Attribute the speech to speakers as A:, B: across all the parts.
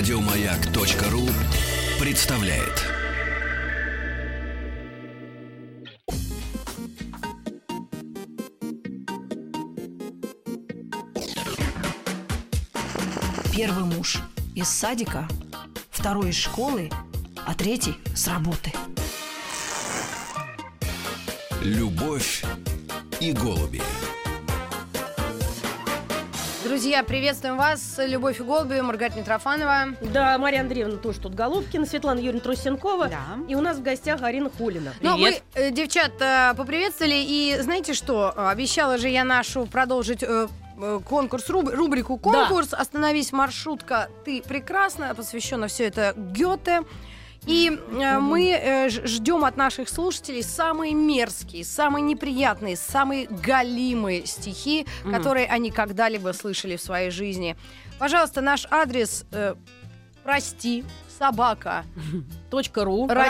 A: Радиомаяк.ру представляет.
B: Первый муж из садика, второй из школы, а третий с работы.
A: Любовь и голуби.
C: Друзья, приветствуем вас. Любовь и голуби, Маргарита Митрофанова.
D: Да, Мария Андреевна тоже тут Головкина, Светлана Юрьевна Трусенкова.
C: Да.
D: И у нас в гостях Арина Холина.
C: Ну, мы, э, девчат, э, поприветствовали. И знаете что? Э, Обещала же я нашу продолжить э, э, конкурс, руб- рубрику «Конкурс». «Остановись, маршрутка, ты прекрасна». Посвящено все это Гёте. И э, мы э, ж- ждем от наших слушателей самые мерзкие, самые неприятные, самые галимые стихи,
D: Мгм.
C: которые они когда-либо слышали в своей жизни. Пожалуйста, наш адрес э, «Прости, собака,
D: Точка
C: Ну,
D: ру. точка ру.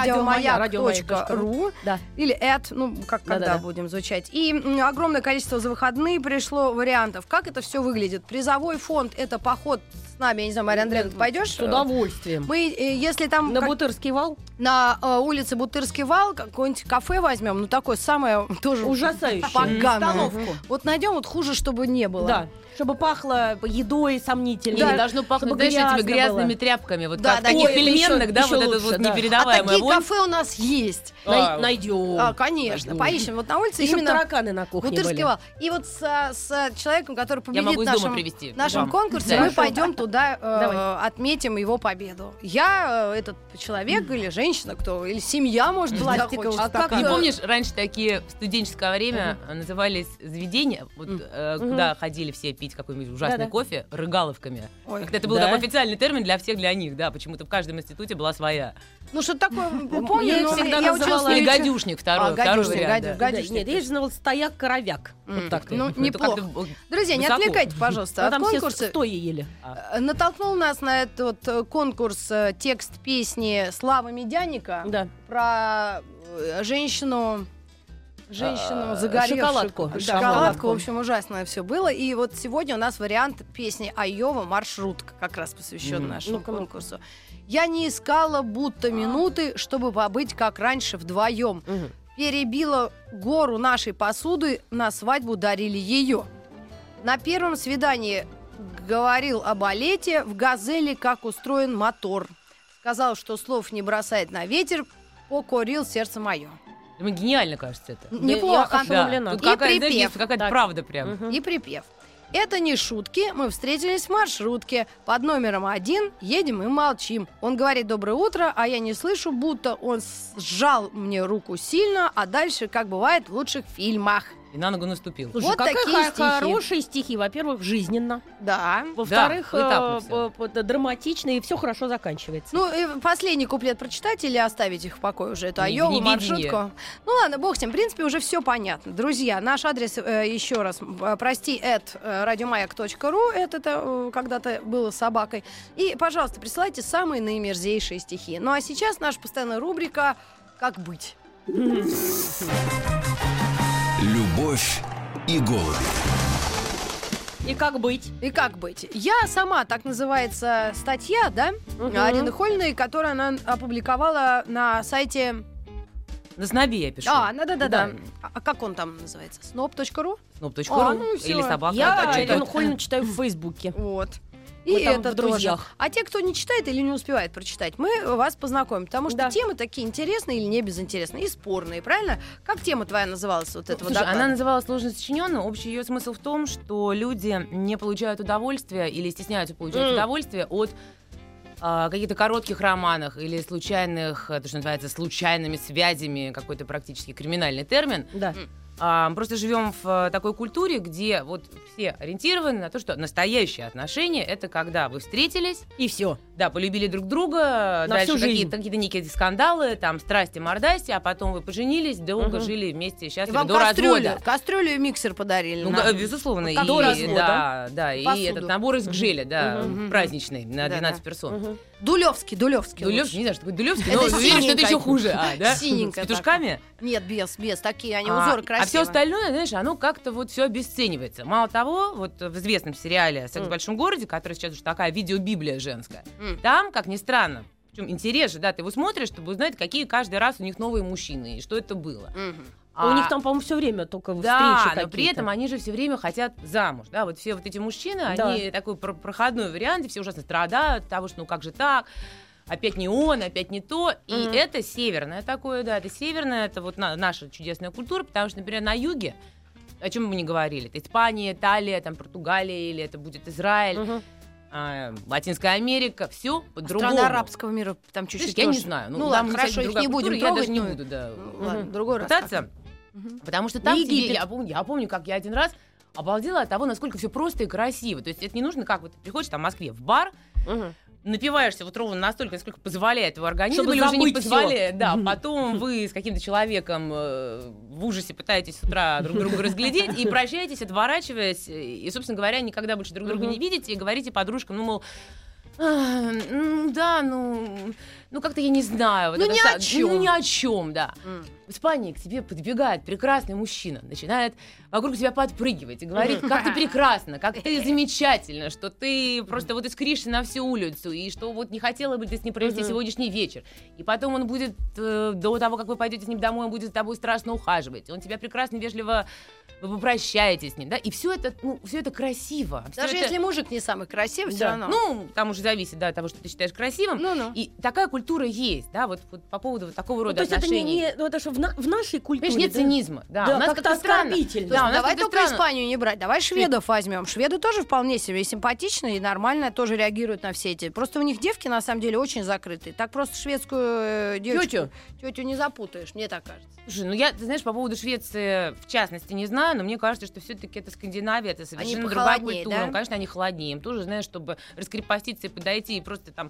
C: радиомаяк.ру
D: Да.
C: или at, ну, как когда
D: Да-да-да.
C: будем звучать. И м, огромное количество за выходные пришло вариантов. Как это все выглядит? Призовой фонд — это поход с нами, я не знаю, Мария Андреевна, ты пойдешь?
D: С удовольствием.
C: Мы, э, если там
D: На
C: как-
D: Бутырский вал?
C: на э, улице Бутырский вал какое-нибудь кафе возьмем, ну, такое самое тоже
D: Ужасающе.
C: поганое.
D: Столовку.
C: Вот найдем, вот хуже, чтобы не было.
D: Да. Чтобы пахло едой сомнительно.
E: И
C: Да,
E: не должно пахнуть,
D: чтобы
E: знаешь, этими
D: грязно
E: грязными
D: было.
E: тряпками. Вот
C: Да,
E: как
C: да,
E: в таких
D: ой, это
E: пельменных,
D: еще-
E: да,
D: еще
E: вот это
D: лучше,
E: вот
D: да.
C: А
E: непередаваемая
C: такие
E: вонь.
C: кафе у нас есть.
E: А,
D: Найдем.
C: А, конечно, поищем. Вот на улице
D: И чтоб
C: именно
D: тараканы на кухне
C: Бутырский
D: были.
C: вал. И вот с, а, с человеком, который
E: Я
C: победит
E: могу
C: в
E: из
C: нашем,
E: дома привезти.
C: в нашем
E: вам.
C: конкурсе,
E: Да.
C: мы пойдем туда, э,
D: Давай.
C: отметим его победу. Я, э, этот человек или женщина, кто, или семья, может быть,
D: Пластиковый
C: захочет. А
D: стакан.
E: Не
D: Э,
E: помнишь, раньше такие в студенческое время э, назывались заведения, вот, э,
D: Мгм.
E: куда ходили все пить какой-нибудь ужасный
D: Да-да.
E: кофе, рыгаловками.
C: Ой,
E: Как-то это был
D: Да.
E: такой официальный термин для всех, для них, да. Почему-то в каждом институте была своя.
C: Ну, что такое, помню,
D: Я их
C: но
D: всегда
C: я училась
D: называла
C: на
E: Или
D: Слушайте.
C: вечер-
E: гадюшник второй,
C: А,
E: второй
C: гадюшник,
E: вариант,
C: гадюшник.
E: да.
D: Да,
C: Гадюшник.
D: Нет, есть же вот стояк-коровяк.
C: М,
E: Вот так-то.
C: Ну,
E: Это
C: неплохо.
E: как-то, э,
C: Друзья, не
E: высоко.
C: отвлекайте, пожалуйста,
D: А
C: от
D: там все
C: конкурса.
D: стоя ели.
C: Э, Натолкнул нас на этот э, конкурс э, текст песни Славы Медяника.
D: Да.
C: про э, женщину женщину
D: А,
C: загоревшую.
D: шоколадку.
C: Шоколадку.
D: Шоколадку.
C: В общем, ужасно все было. И вот сегодня у нас вариант песни Айова «Маршрутка», как раз посвящен
E: Мгм.
C: нашему
D: Ну-ка, ну-ка.
C: конкурсу. «Я не искала будто минуты, чтобы побыть как раньше вдвоем.
D: Мгм.
C: Перебила гору нашей посуды, на свадьбу дарили ее. На первом свидании говорил о балете, в «Газели» как устроен мотор. Сказал, что слов не бросает на ветер, покорил сердце мое.
E: Ну, гениально, кажется, это.
D: я
C: Неплохо.
D: хочу- Отломлено.
E: Тут
C: И
E: какая-то,
C: припев.
E: знаешь, какая-то
D: Так.
E: правда прям.
D: Мгм.
C: И припев. Это не шутки, мы встретились в маршрутке. Под номером один едем и молчим. Он говорит «доброе утро», а я не слышу, будто он сжал мне руку сильно, а дальше, как бывает в лучших фильмах.
E: И на ногу наступил.
D: Слушай,
C: Вот
D: какие
C: такие
D: хо-
C: стихи.
D: хорошие стихи. Во-первых, жизненно.
C: Да.
D: Во-вторых,
E: поэтапно
D: э,
E: всё.
D: п- п- драматично, и все хорошо заканчивается.
C: Ну, и последний куплет прочитать или оставить их в покое уже, эту
E: Не-
C: Айову,
E: невидение.
C: маршрутку? Ну ладно, бог с ним. В принципе, уже все понятно. Друзья, наш адрес, э, еще раз, э, прости, at э, radiomayak.ru, это, это э, когда-то было собакой. И, пожалуйста, присылайте самые наимерзейшие стихи. Ну а сейчас наша постоянная рубрика «Как быть?».
A: Любовь и голуби.
D: И как быть?
C: Ну, И как быть? Я сама, так называется статья, да, Арины Хольной, которую она опубликовала на сайте...
E: На снобе я пишу.
C: А, да-да-да. А как он там называется? snob.ru?
E: Snoop.ru
C: А, ну и всё. ну,
E: или собака.
D: Я
E: это чё-то.
D: Арину Холину читаю в Фейсбуке.
C: Вот. И
D: Мы там
C: это
D: в друзьях.
C: тоже. А те, кто не читает или не успевает прочитать, мы вас познакомим. Потому что
D: Да.
C: темы такие интересные или не безинтересные, и спорные, правильно? Как тема твоя называлась вот этого
E: Ну, Слушай,
C: доклада?
E: она называлась сложно сочиненным. Общий ее смысл в том, что люди не получают удовольствия или стесняются получать
D: М.
E: удовольствие от а, каких-то коротких романах или случайных, э, то, что называется, случайными связями, какой-то практически криминальный термин.
D: Да.
E: А, просто живем в э, такой культуре, где вот все ориентированы на то, что настоящие отношения — это когда вы встретились,
D: И все.
E: Да, полюбили друг друга,
D: На
E: дальше
D: всю жизнь.
E: какие-то, какие-то некие скандалы, там страсти, мордасти, а потом вы поженились, долго
D: Мгм.
E: жили вместе,
C: И
E: счастливы
C: вам
E: до
C: кастрюлю,
E: развода.
C: кастрюлю и миксер подарили.
E: Ну,
C: на-
E: да, безусловно,
C: Как
E: и,
C: до развода.
E: да, да, и
C: Посуду.
E: этот набор из гжеля, да,
C: Мгм.
E: праздничный, на
C: Да-да.
E: 12 персон.
D: Мгм.
C: Дулевский, Дулевский.
E: Дулевский, не знаю, что такое Дулевский,
C: Это
E: но уверен, что это
C: синенькая.
E: еще хуже. А, да?
C: Синенькая
E: С петушками?
C: Нет, без, без, такие они
E: А,
C: узоры красивые.
E: А все остальное, знаешь, оно как-то вот все обесценивается. Мало того, вот в известном сериале «Секс в
D: Мгм.
E: большом городе», который сейчас уже такая видеобиблия женская,
C: Мгм.
E: там, как ни странно, причем интерес же, да, ты его смотришь, чтобы узнать, какие каждый раз у них новые мужчины и что это было.
C: Мгм.
D: А у них там, по-моему, все время только
E: да,
D: встречи
E: но при
D: какие-то.
E: этом они же все время хотят замуж, да, вот все вот эти мужчины,
D: Да.
E: они такой про- проходной вариант, и все ужасно страдают от того, что ну как же так, опять не он, опять не то, и
D: Мгм.
E: это северное такое, да, это северное, это вот на- наша чудесная культура, потому что, например, на юге, о чем мы не говорили, это Испания, Италия, там Португалия, или это будет Израиль,
D: Мгм. А
E: а, Латинская Америка, все по-другому.
C: Страна арабского мира, там
E: Знаешь,
C: чуть-чуть
E: я не
C: тоже.
E: знаю, ну,
C: Ну
E: там,
C: ладно,
E: кстати,
C: хорошо, их
E: другая
C: не будем
E: культура, я
C: трогать,
E: даже не
C: ну,
E: буду, да,
C: Ну,
D: Мгм.
C: Ладно, другой раз.
E: пытаться.
C: как-то. Мгм.
E: Потому что там
C: Ну,
E: тебе-
C: Египет.
E: я, помню, я помню, как я один раз обалдела от того, насколько все просто и красиво. То есть это не нужно, как вот ты приходишь там в Москве в бар,
D: Мгм.
E: напиваешься вот ровно настолько, насколько позволяет его организм,
D: Чтобы
E: или уже не
D: забыть всё.
E: позволяет, да.
D: Мгм.
E: Потом вы с каким-то человеком э, в ужасе пытаетесь с утра друг друга разглядеть и прощаетесь, отворачиваясь, и, собственно говоря, никогда больше друг друга
D: Мгм.
E: не видите, и говорите подружкам, ну, мол, «А, ну, да, ну, ну как-то я не знаю. Вот
C: Ну,
E: это
C: ни
E: са-
C: о чём.
E: Ну, ни о чем, да.
C: Мгм.
E: В Испании к тебе подбегает прекрасный мужчина, начинает вокруг тебя подпрыгивать и говорит, как ты прекрасна, как ты замечательна, что ты просто вот искришься на всю улицу, и что вот не хотела бы ты с ним провести
D: Мгм.
E: сегодняшний вечер. И потом он будет, э, до того, как вы пойдете с ним домой, он будет за тобой страшно ухаживать. Он тебя прекрасно, вежливо вы попрощаетесь с ним, да, и все это, ну, все это красиво. Всё
C: Даже
E: это-
C: если мужик не самый красивый, все
D: Да.
C: равно.
E: ну, там уже зависит, да, от того, что ты считаешь красивым.
C: ну.
E: И такая культура есть, да, вот, вот по поводу вот такого
D: Ну,
E: рода
D: То есть это
E: отношений.
D: не, не- ну, это же в, на- в нашей культуре.
E: Понимаешь, нет
D: да?
E: цинизма. Да,
D: Да,
E: у нас
D: как-то
E: как-то странно.
D: оскорбительно.
E: Да, А, у нас
C: давай
E: как-то
C: только
E: странно.
C: Испанию не брать, давай шведов возьмем. Шведы тоже вполне себе и симпатичные, и нормально тоже реагируют на все эти. Просто у них девки на самом деле очень закрытые. Так просто шведскую э, девочку, тетю не запутаешь, мне так кажется.
E: Слушай, ну я, ты знаешь, по поводу Швеции в частности не знаю, но мне кажется, что все-таки это Скандинавия, это совершенно другая
C: похолоднее,
E: культура.
C: да?
E: Ну, конечно, они холоднее. Им тоже, знаешь, чтобы раскрепоститься и подойти и просто там...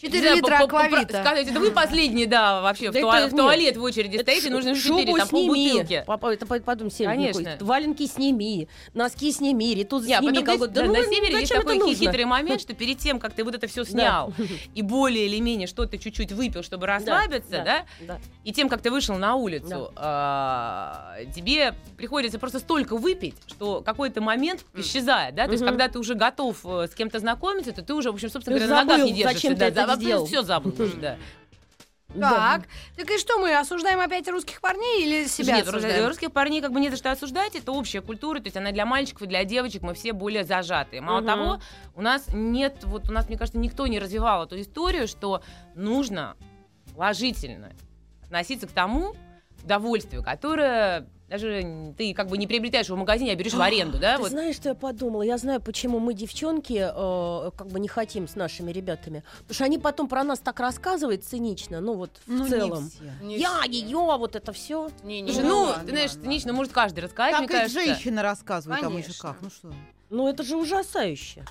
E: не
C: 4
E: знаю,
C: литра
E: по- по- по-
C: аквавита.
E: Сказать, это вы последний, да, вообще, в,
D: Да
E: туа-
D: это
E: в
D: нет.
E: туалет в очереди стоите,
D: ш-
E: нужно
D: шубу
E: 4, там
D: сними.
E: полбутылки.
D: Папа, это по- потом север
E: Конечно.
D: никакой. Валенки сними, носки сними, ритут
E: Не, а
D: сними.
E: потом здесь,
D: колготки.
E: да,
D: ну,
E: на севере есть
D: зачем это
E: такой хи-
D: нужно?
E: хитрый момент, что перед тем, как ты вот это все снял, и более или менее что-то чуть-чуть выпил, чтобы расслабиться,
D: да,
E: да,
D: да.
E: и тем, как ты вышел на улицу, а, тебе приходится просто столько выпить, что какой-то момент исчезает, да, то есть
D: Мгм.
E: когда ты уже готов э, с кем-то знакомиться, то ты уже, в общем, собственно
D: Ты
E: говоря, на ногах
D: забыл,
E: не держишься.
D: зачем ты это
E: да,
D: сделал.
E: Все забыл уже, да.
D: Да.
C: Так, так и что мы осуждаем опять русских парней или себя
E: Нет,
C: осуждаем?
E: рус- русских парней как бы не за что осуждать, это общая культура, то есть она для мальчиков и для девочек, мы все более зажатые. Мало
D: Мгм.
E: того, у нас нет, вот у нас, мне кажется, никто не развивал эту историю, что нужно положительно относиться к тому удовольствию, которое даже н- ты как бы не приобретаешь его в магазине, а берешь в аренду, да?
D: Ты
E: Вот.
D: знаешь, что я подумала? Я знаю, почему мы, девчонки, э, как бы не хотим с нашими ребятами. Потому что они потом про нас так рассказывают цинично, ну вот в целом. Я, ее, вот это все.
C: Не, не,
E: Слушай,
C: не.
E: ну,
F: ладно,
E: ты знаешь,
F: ладно.
E: цинично может каждый рассказать,
F: Как
E: мне
F: и
E: кажется.
F: женщины рассказывают там еще
C: Конечно.
F: как. Ну что?
D: Ну это же ужасающе.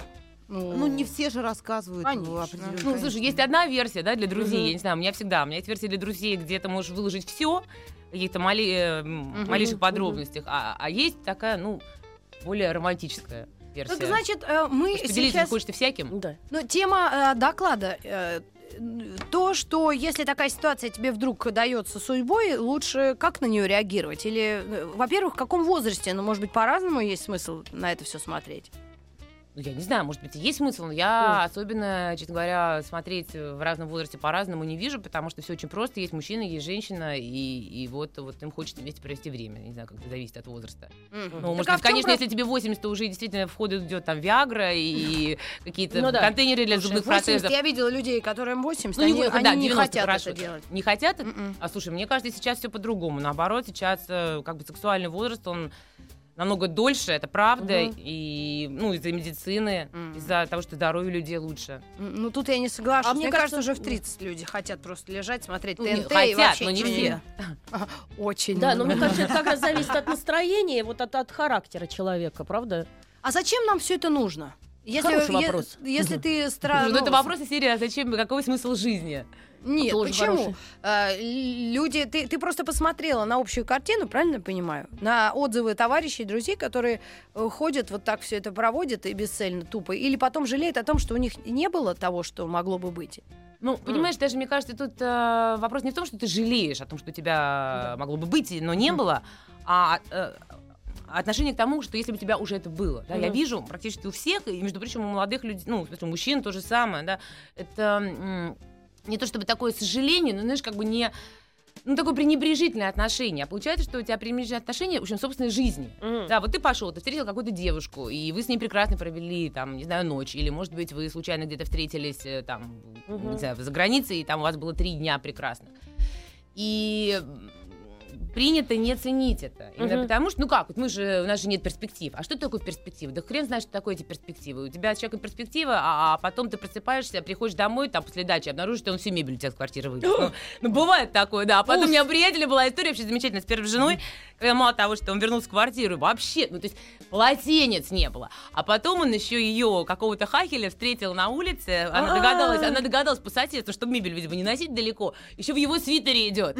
F: Ну не все же рассказывают. ну,
C: Конечно.
F: определенно,
E: Ну, слушай,
F: конечно.
E: есть одна версия, да, для друзей.
D: Мгм.
E: Я не знаю, у меня всегда. У меня есть версия для друзей, где ты можешь выложить все, каких-то мали- э, м,
C: Мгм.
E: малейших
D: Мгм.
E: подробностях. А, а есть такая, ну, более романтическая версия.
C: Так значит, э,
E: То
C: мы
E: есть поделиться
C: сейчас...
E: хочешь ты всяким?
D: Да.
C: Ну, тема э, доклада. э, н- то, что если такая ситуация тебе вдруг дается судьбой, лучше как на нее реагировать? Или, э, во-первых, в каком возрасте? Ну, может быть, по-разному есть смысл на это все смотреть.
E: Ну, я не знаю, может быть, и есть смысл, но я особенно, честно говоря, смотреть в разном возрасте по-разному не вижу, потому что все очень просто. Есть мужчина, есть женщина, и, и вот, вот им хочется вместе провести время. Я Не знаю, как это зависит от возраста. Ну, может
C: Так а
E: быть,
C: в чём
E: конечно,
C: про-
E: если тебе 80, то уже действительно в ходу идет там Виагра и какие-то
D: Ну да.
E: контейнеры для зубных
C: 80,
E: протезов.
C: Я видела людей, которым 80,
E: Ну,
C: они,
E: не вы-
C: они
E: да,
C: не
E: 90,
C: хотят
E: хорошо.
C: это делать. М-м-м.
E: Не хотят? это?
C: Мгм.
E: А слушай, мне кажется, сейчас все по-другому. Наоборот, сейчас э, как бы сексуальный возраст, он намного дольше, это правда,
D: Мгм.
E: и ну из-за медицины,
C: Мгм.
E: из-за того, что здоровье людей лучше.
C: М, Ну, тут я не соглашусь.
D: А
C: мне
D: мне
C: кажется,
D: кажется,
C: уже в 30 люди хотят просто лежать, смотреть
E: Ну, не-
C: ТНТ и
E: хотят,
C: вообще
E: но не
C: ничего
E: все.
C: А, Очень.
D: Да, но мне
C: много.
D: кажется, это как раз зависит от настроения, и вот от, от характера человека, правда?
C: А зачем нам все это нужно? Если,
D: Хороший
C: е-
D: вопрос.
C: если ты
E: Слушай,
C: странно...
E: ну это вопрос из серии, а зачем, какой смысл жизни?
C: Нет,
D: Тоже
C: почему?
D: хороший.
C: А, л- люди, ты, ты просто посмотрела на общую картину, правильно я понимаю? На отзывы товарищей, друзей, которые э, ходят, вот так все это проводят и бесцельно, тупо. Или потом жалеют о том, что у них не было того, что могло бы быть.
E: Ну, понимаешь, даже мне кажется, тут э, вопрос не в том, что ты жалеешь о том, что у тебя могло бы быть, но не было, а э, отношение к тому, что если бы у тебя уже это было. Да, Я
D: Мгм.
E: вижу практически у всех, и, между прочим, у молодых людей, ну, в смысле, у мужчин то же самое, да, это м, не то чтобы такое сожаление, но, знаешь, как бы не... Ну, такое пренебрежительное отношение. А получается, что у тебя пренебрежительное отношение в общем, собственной жизни.
D: Мгм.
E: Да, вот ты пошел, ты встретил какую-то девушку, и вы с ней прекрасно провели, там, не знаю, ночь, или, может быть, вы случайно где-то встретились, э, там,
D: Мгм.
E: не знаю, за границей, и там у вас было три дня прекрасных. И м, принято не ценить это. Именно
D: Мгм.
E: потому что, ну как, вот мы же, у нас же нет перспектив. А что такое перспектива? Да хрен знает, что такое эти перспективы. У тебя с человеком перспектива, а, а потом ты просыпаешься, приходишь домой, там, после дачи, обнаружишь, что он всю мебель у тебя с квартиры вынес. Ну, ну, бывает такое, да. А потом у меня у приятеля была история вообще замечательная с первой женой, когда мало того, что он вернулся в квартиру, вообще, ну, то есть полотенец не было. А потом он еще ее какого-то хахеля встретил на улице, она догадалась, она догадалась по соседству, что мебель, видимо, не носить далеко, еще в его свитере идет.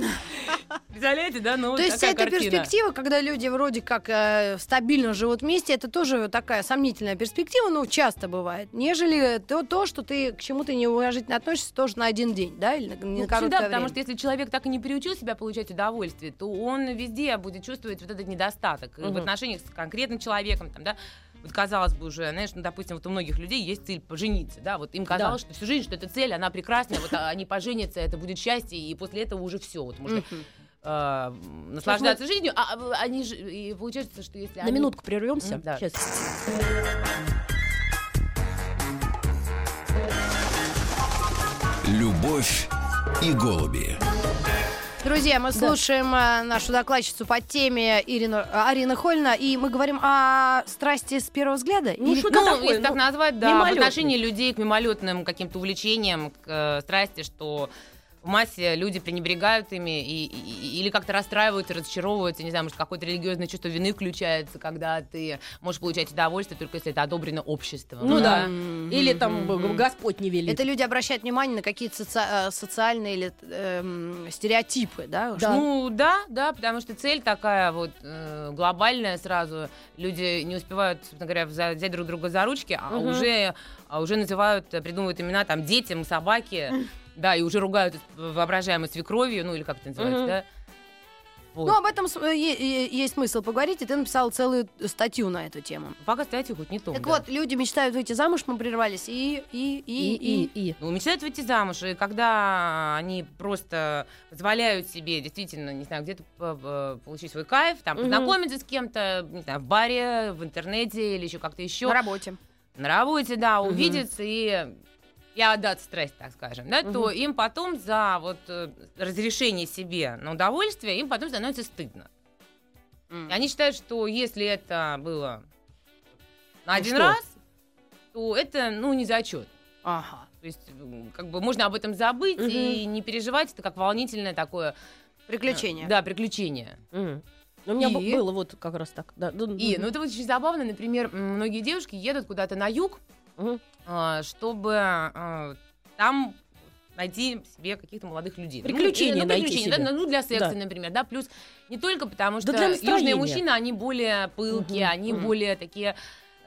E: Представляете, да? Ну, вот
C: То есть вся
E: такая
C: эта
E: картина.
C: перспектива, когда люди вроде как э, стабильно живут вместе, это тоже такая сомнительная перспектива, ну, часто бывает, нежели то, то что ты к чему-то неуважительно относишься тоже на один день, да, или на, на
E: Ну, в общем,
C: короткое
E: да, потому
C: время.
E: что если человек так и не приучил себя получать удовольствие, то он везде будет чувствовать вот этот недостаток И в
D: Мгм.
E: отношениях с конкретным человеком, там, да, вот казалось бы уже, знаешь, ну, допустим, вот у многих людей есть цель пожениться, да, вот им казалось, что всю жизнь, что эта цель, она прекрасная, вот а, они поженятся, это будет счастье, и после этого уже все, вот можно
C: Мгм.
E: э, наслаждаться жизнью, а а, они же, и получается, что если
D: На
E: они-
D: минутку прервемся.
E: М, да.
D: Сейчас.
A: Любовь и голуби.
C: Друзья, мы слушаем э, нашу докладчицу по теме Ирину, а, Арина Хольна, и мы говорим о страсти с первого взгляда.
D: Ну,
C: Или-
D: что
E: Ну,
D: такое?
E: если так
D: Ну,
E: назвать, да, в
D: мимолетный.
E: отношении людей к мимолетным каким-то увлечениям, к э, страсти, что в массе люди пренебрегают ими и, и- или как-то расстраиваются, разочаровываются, не знаю, может, какое-то религиозное чувство вины включается, когда ты можешь получать удовольствие, только если это одобрено обществом.
D: Ну да.
C: Мгм.
D: Или там
E: Мгм.
D: б- Господь не велит.
C: Это люди обращают внимание на какие-то соци- э, социальные или эм, стереотипы, да?
D: Да.
E: Ну да, да, потому что цель такая вот э, глобальная сразу. Люди не успевают, собственно говоря, вза- взять друг друга за ручки, а
D: Мгм.
E: уже а уже называют, э, придумывают имена там детям, собаке, да, и уже ругают воображаемой свекровью, ну или как это называется,
D: Мгм.
E: да. Вот.
C: Ну, об этом с- э, е- е- есть смысл поговорить, и ты написал целую статью на эту тему.
E: Пока кстати, хоть не то.
C: Так вот, люди мечтают выйти замуж, мы прервались, и... и, и, и,
D: и.
E: Ну, мечтают выйти замуж, и когда они просто позволяют себе действительно, не знаю, где-то п- п- получить свой кайф, там,
D: Мгм.
E: познакомиться с кем-то, не знаю, в баре, в интернете или еще как-то еще.
C: На работе.
E: на работе, да,
D: Мгм.
E: увидеться и и отдать страсть, так скажем, да, то
D: Мгм.
E: им потом за вот э, разрешение себе на удовольствие им потом становится стыдно. И они считают, что если это было на
D: Ну
E: один
D: что?
E: раз, то это, ну, не зачет.
C: Ага.
E: То есть, м, как бы можно об этом забыть
D: Мгм.
E: и не переживать, это как волнительное такое...
C: Приключения.
E: э, Да, приключение.
D: Мгм. Ну, У меня б-
E: И?
D: было вот как раз так. Да, да,
E: И,
D: мгм.
E: ну, это вот очень забавно, например, м, многие девушки едут куда-то на юг,
D: Мгм.
E: а, чтобы а, там найти себе каких-то молодых людей. Ну,
D: Приключения
E: или, ну,
D: найти
E: приключения,
D: себе.
E: да, ну, для секса,
D: Да.
E: например, да, плюс не только потому, что
D: Да для
E: южные
D: настроения.
E: мужчины, они более пылкие,
D: Мгм,
E: они
D: мгм.
E: более такие...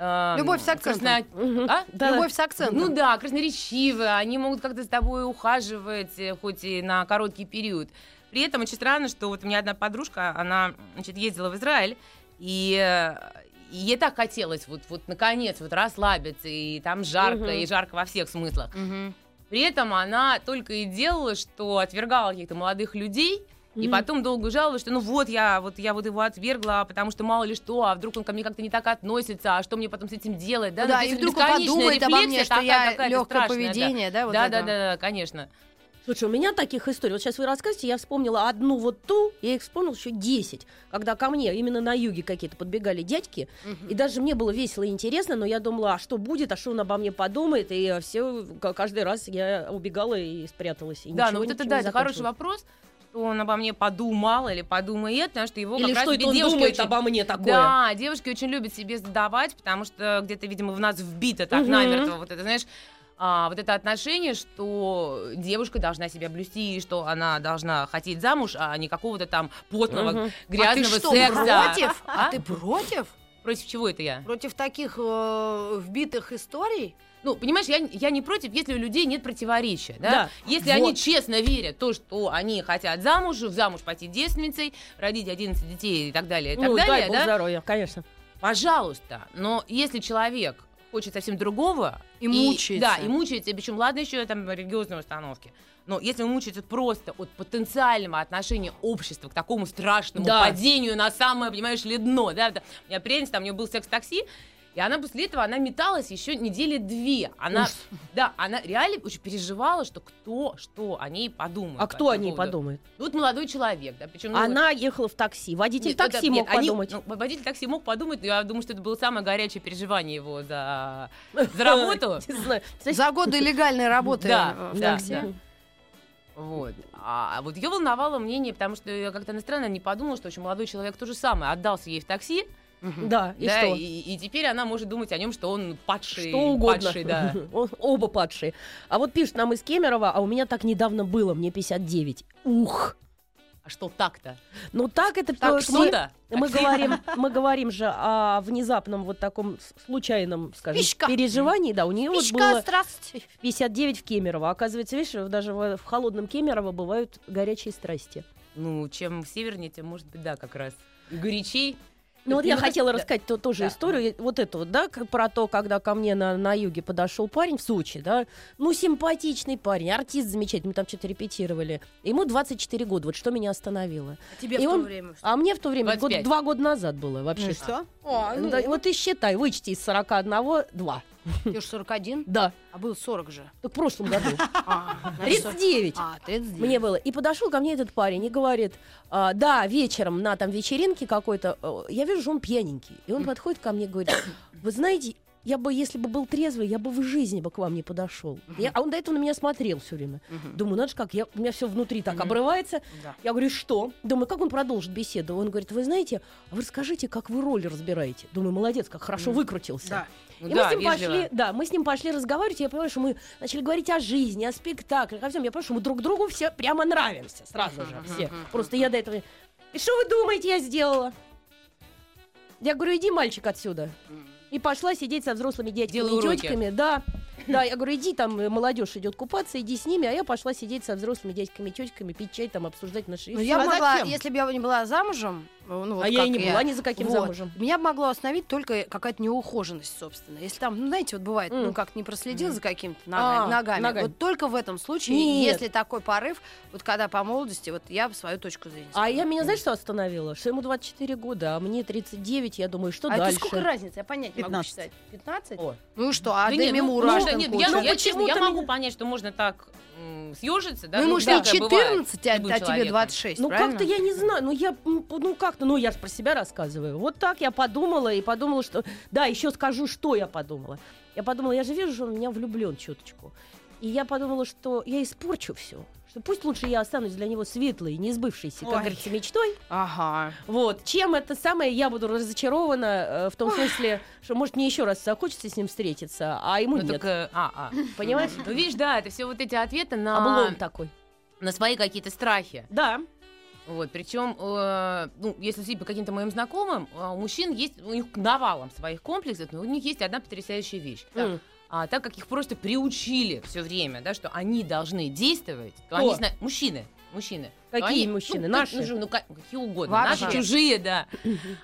E: эм,
C: Любовь с акцентом.
E: красно-
D: Мгм.
E: А?
D: Да.
C: Любовь с акцентом.
E: Ну да, красноречивые, они могут как-то с тобой ухаживать, э, хоть и на короткий период. При этом очень странно, что вот у меня одна подружка, она, значит, ездила в Израиль, и, э, и ей так хотелось вот, вот наконец вот расслабиться, и там жарко,
D: Мгм.
E: и жарко во всех смыслах.
C: Мгм.
E: При этом она только и делала, что отвергала каких-то молодых людей, и
D: Мгм.
E: потом долго жаловалась, что ну вот я, вот я вот его отвергла, потому что мало ли что, а вдруг он ко мне как-то не так относится, а что мне потом с этим делать, да?
C: Да,
E: Ну, то
C: и
E: есть это
C: вдруг он
E: бесконечная
C: подумает обо мне,
E: рефлексия
C: что
E: такая,
C: я
E: какая-то
C: легкое
E: страшная, да.
C: поведение, да, вот
E: Да,
C: это.
E: да, да, да, конечно.
D: Слушай, у меня таких историй. Вот сейчас вы рассказываете, я вспомнила одну вот ту, я их вспомнила еще 10. Когда ко мне именно на юге какие-то подбегали дядьки,
C: Мгм.
D: и даже мне было весело и интересно, но я думала, а что будет, а что он обо мне подумает, и все, каждый раз я убегала и спряталась. и
E: Да,
D: ничего,
E: ну вот это
D: ничего
E: да,
D: не
E: это хороший
D: заканчивалось.
E: вопрос. что он обо мне подумал или подумает, потому что его
D: Или
E: как раз
D: что это
E: себе
D: он
E: девушки
D: думает
E: очень-
D: обо мне такое?
E: Да, девушки очень любят себе задавать, потому что где-то, видимо, в нас вбито так
D: Мгм.
E: намертво вот это, знаешь, а, вот это отношение, что девушка должна себя блюсти, и что она должна хотеть замуж, а не какого-то там потного,
D: Мгм.
E: грязного
C: а ты что,
E: секса.
C: против? А?
E: А?
C: ты против?
E: Против чего это я?
C: Против таких э, вбитых историй?
E: Ну, понимаешь, я, я не против, если у людей нет противоречия, да?
D: Да.
E: Если
D: Вот.
E: они честно верят то, что они хотят замуж, в замуж пойти девственницей, родить 11 детей и так далее, и так
D: Ну, дай
E: далее,
D: бог
E: да?
D: здоровья, конечно.
E: Пожалуйста, но если человек хочет совсем другого...
C: И мучается.
E: Да, и мучается, и причем, ладно, еще там религиозной установки. Но если он мучается просто от потенциального отношения общества к такому страшному
D: Да.
E: падению на самое, понимаешь ли, дно, да, да. у меня приятница, там у нее был секс-такси, и она после этого, она металась еще недели две. Она, да, она реально очень переживала, что кто, что о ней подумает.
D: А
E: по
D: кто о
E: этому
D: ней
E: поводу.
D: подумает?
E: Ну, вот молодой человек, да, ну, причем...
D: Она ехала в такси. Водитель такси мог подумать.
E: ну, водитель такси мог подумать, но я думаю, что это было самое горячее переживание его за, за работу.
D: Не знаю. Кстати,
C: За годы легальной работы
E: Да,
C: э, в
E: да,
C: такси.
E: да. Вот. А вот ее волновало мнение, потому что я как-то она странно не подумала, что очень молодой человек то же самое отдался ей в такси,
D: Да, и
E: да,
D: что?
E: И, и теперь она может думать о нем, что он падший.
D: Что угодно.
E: падший, да.
D: О- Оба падшие. А вот пишет нам из Кемерово, а у меня так недавно было, мне 59. Ух!
E: А что так-то?
D: Ну так это
E: Так
D: потому что мы-
E: что-то?
D: мы говорим, мы говорим же о внезапном вот таком с- случайном, скажем,
C: Пичка.
D: переживании. Да, у нее вот
C: Пичка,
D: было
C: здравствуйте.
D: 59 в Кемерово. Оказывается, видишь, даже в в холодном Кемерово бывают горячие страсти.
E: Ну, чем севернее, тем может быть, да, как раз. И Горячей.
D: Ну вот я
E: Немножко-
D: хотела
E: да.
D: рассказать то, тоже
E: Да.
D: историю, я- вот эту вот, да, к- про то, когда ко мне на, на юге подошел парень в Сочи, да, ну симпатичный парень, артист замечательный, мы там что-то репетировали, ему 24 года, вот что меня остановило.
C: Тебе
D: И
C: в то
D: он-
C: время.
D: А мне в то время, год-
E: 25.
D: два года назад было вообще. Э,
F: Ну и что?
C: А, ну,
D: Да, и вот и считай, вычти из 41, 2.
C: тебе же 41,
D: Да,
C: а был 40 же.
D: так в прошлом году.
C: А, значит,
D: 39.
C: А, 39.
D: Мне было. И подошел ко мне этот парень и говорит, а, да, вечером на там вечеринке какой-то, э, я вижу, что он пьяненький. И он подходит ко мне и говорит, вы знаете, я бы, если бы был трезвый, я бы в жизни бы к вам не подошел. Я- а он до этого на меня смотрел все время. Думаю, надо же как, я, у меня все внутри так обрывается.
C: Да.
D: Я говорю, что? Думаю, как он продолжит беседу? Он говорит, вы знаете, а вы расскажите, как вы роли разбираете. Думаю, молодец, как хорошо выкрутился.
C: Да.
E: Ну
D: И мы
E: да,
D: с ним
E: вежливо.
D: пошли, да, мы с ним пошли разговаривать, и я понимаю, что мы начали говорить о жизни, о спектаклях, о всем. Я понимаю, что мы друг другу все прямо нравимся сразу же все. Просто я до этого... И что вы думаете, я сделала? Я говорю, иди, мальчик, отсюда. И пошла сидеть со взрослыми дядьками
E: Делай
D: и
E: уроки.
D: тётками, Да, да, я говорю, иди, там э, молодежь идет купаться, иди с ними, а я пошла сидеть со взрослыми дядьками и тётками, пить чай, там, обсуждать наши...
C: Ну, я
F: А
C: могла,
F: зачем?
C: если бы я не была замужем, э, ну, вот
D: а я
C: как
D: и не была ни за каким
C: Вот.
D: замужем.
C: Меня бы могло остановить только какая-то неухоженность, собственно. Если там, ну, знаете, вот бывает,
D: М.
C: ну, как не проследил за каким-то
D: А,
C: ногами, ногами.
D: ногами.
C: Вот только в этом случае,
D: Нет.
C: если такой порыв, вот когда по молодости, вот я бы свою точку зрения.
D: А
C: сказала.
D: я меня, знаешь, что остановила? Что ему 24 года, а мне 39, я думаю, что
C: А это
D: дальше?
C: сколько разница? Я понять не могу
F: 15.
C: считать. 15?
D: О.
C: Ну и что, а
E: Да
C: Дэми
E: нет, ну,
C: Мур,
E: можно-
C: Аштон
E: нет, я,
C: Кутчер?
D: Ну,
E: я,
D: почему
E: честно, я
D: ты
E: могу
D: меня-
E: понять, что можно так м, съежиться, да?
C: Ну, ему же и
E: всякое бывает
C: 14, а,
E: с любым
C: а тебе
E: человеком.
C: 26,
D: Ну
C: правильно?
D: как-то я не знаю, ну я, м, п- ну как-то, ну я же про себя рассказываю. Вот так я подумала и подумала, что, да, еще скажу, что я подумала. Я подумала, я же вижу, что он в меня влюблен чуточку. И я подумала, что я испорчу все. Что пусть лучше я останусь для него светлой, не сбывшейся, как
C: Ой.
D: говорится, мечтой.
C: Ага.
D: Вот. Чем это самое я буду разочарована э, в том смысле, что, может, мне еще раз захочется с ним встретиться, а ему
E: Ну,
D: нет.
E: так, э, а, а.
D: Понимаешь?
E: Ну, видишь, да, это все вот эти ответы на,
D: Облом такой.
E: на свои какие-то страхи.
D: Да.
E: Вот, причем, э, ну, если судить по каким-то моим знакомым, э, у мужчин есть, у них навалом своих комплексов, но у них есть одна потрясающая вещь.
D: М.
E: А так как их просто приучили все время, да, что они должны действовать,
D: Кто?
E: то они зна- Мужчины. Мужчины. То
D: Какие
E: они-
D: мужчины?
E: ну,
D: Наши?
E: Ну, же, ну, ка- какие угодно.
C: Вообще.
E: Наши, чужие, да.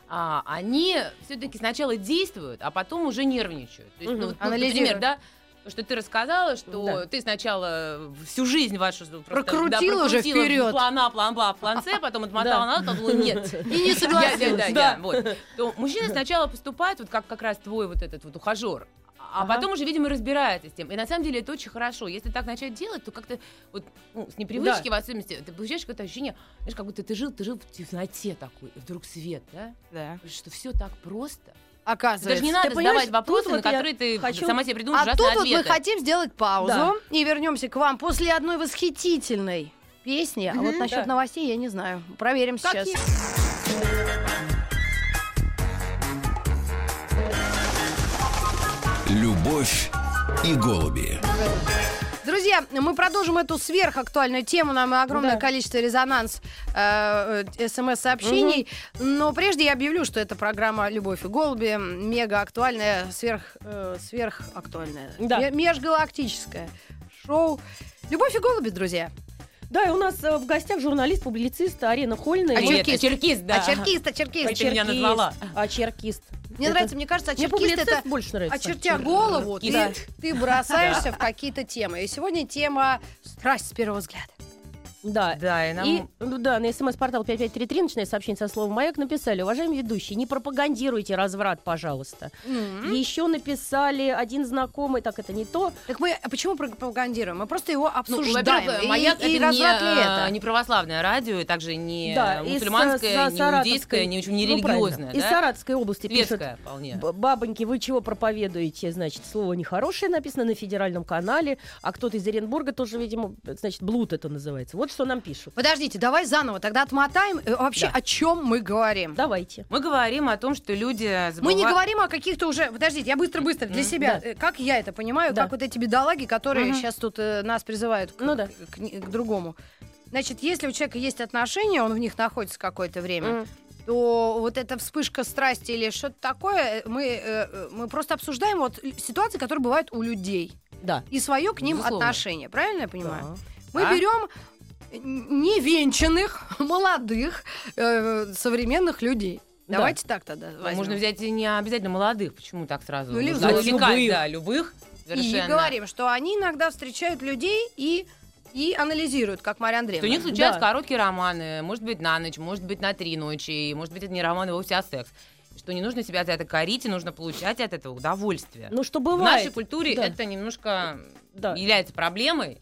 E: А, они все-таки сначала действуют, а потом уже нервничают. То есть,
D: Мгм.
E: ну, вот, ну, например,
C: Анализируют.
E: да, то, что ты рассказала, что
D: Да.
E: ты сначала всю жизнь вашу просто, да,
C: Прокрутила уже
E: прокрутила
C: вперед.
E: План А, план Б, план С, потом отмотала назад, подумала, нет,
C: И не
E: я- я-
C: согласилась.
E: да, я, вот. То мужчина сначала поступает, вот как как раз твой вот этот вот ухажер, а
D: Ага.
E: потом уже, видимо, разбирается с тем. И на самом деле это очень хорошо. Если так начать делать, то как-то вот ну, с непривычки, в особенности, ты получаешь какое-то ощущение, знаешь, как будто ты жил, ты жил в темноте такой, и вдруг свет, да?
F: Да.
E: Что все так просто.
C: Оказывается.
E: Даже не надо
D: понимаешь,
E: задавать
D: тут
E: вопросы, на
D: вот я
E: которые ты
D: хочу-
E: сама себе придумаешь
C: А тут
E: ужасные
C: вот мы
E: ответы.
C: хотим сделать паузу
D: Да.
C: и вернемся к вам после одной восхитительной песни, а вот насчет
E: Да.
C: новостей я не знаю. Проверим
E: Как
C: сейчас.
A: Любовь и голуби.
C: Друзья, мы продолжим эту сверхактуальную тему. Нам огромное
D: Да.
C: количество резонанс э, э, смс-сообщений. Но прежде я объявлю, что это программа «Любовь и голуби». Мега актуальная, сверх, э, сверхактуальная.
D: Да.
C: ме- Межгалактическое шоу. «Любовь и голуби», друзья.
D: Да, и у нас э, в гостях журналист-публицист Арина Хольная.
C: А
D: И-
C: чё-
E: Нет,
C: черкист.
E: черкис, да.
C: А черкист, а черкист.
E: Ой, ты меня назвала.
D: А черкист.
C: Мне
D: Это-
C: нравится, мне кажется, а
D: Мне
C: черкист
D: публицист
C: это...
D: больше нравится.
C: Очертя голову, ты,
E: Да.
C: ты бросаешься в какие-то темы. И сегодня тема «Страсть с первого взгляда».
D: Да.
E: Да, А, и нам...
D: И, ну да, на смс-портал 5533, начиная сообщение со словом «Маяк», написали, уважаемые ведущие, не пропагандируйте разврат, пожалуйста.
C: М.
D: Еще написали один знакомый, так это не то,
C: Так мы а почему пропагандируем? Мы просто его
E: Ну,
C: обсуждаем.
E: во-первых,
C: И-
E: «Маяк»
C: и,
E: это
C: разврат
E: не,
C: ли
E: а, не православное радио, и также не э,
D: Да,
C: э,
D: и с-
E: мусульманское,
D: с-
E: не
D: саратовской-
E: иудейское, не, не
D: Ну, правильно.
E: религиозное,
D: Из
E: да?
D: Саратовской области пишут.
E: Светское вполне.
D: «Б- Бабоньки, вы чего проповедуете? Значит, слово нехорошее написано на федеральном канале, а кто-то из Оренбурга тоже, видимо, значит, блуд это называется. Вот что нам пишут.
C: Подождите, давай заново, тогда отмотаем. Э, Вообще,
D: Да.
C: о чем мы говорим?
D: Давайте.
E: Мы говорим о том, что люди забыва-
C: Мы не говорим о каких-то уже... Подождите, я быстро-быстро для
E: М,
C: себя.
D: да.
C: Э, Как я это понимаю,
D: Да.
C: как вот эти бедолаги, которые
E: Мгм.
C: сейчас тут э, нас призывают к,
D: Ну да.
C: к- к ни- к другому. Значит, если у человека есть отношения, он в них находится какое-то время, то вот эта вспышка страсти или что-то такое, э, мы, э, э, мы просто обсуждаем вот л- ситуации, которые бывают у людей.
D: Да.
C: И свое к ним
E: Безусловно.
C: отношение. Правильно я понимаю?
D: Да. А?
C: Мы
E: Да.
C: берем невенчанных, молодых, э, современных людей.
D: Да.
C: Давайте так тогда возьмем.
E: Можно взять и не обязательно молодых, почему так сразу?
C: Ну, или
E: Нужно
C: взрослых.
E: отсекать,
D: Любых.
E: да, любых.
C: И
E: Совершенно.
C: говорим, что они иногда встречают людей и, и анализируют, как Мария
E: Что у
C: Андреевна.
E: них случаются
D: Да.
E: короткие романы, может быть, на ночь, может быть, на три ночи, и, может быть, это не роман, а вовсе а секс. Что не нужно себя за это корить, и нужно получать от этого удовольствие.
D: Ну что
E: В нашей
D: бывает.
E: культуре
D: Да.
E: это немножко
D: Да.
E: является проблемой.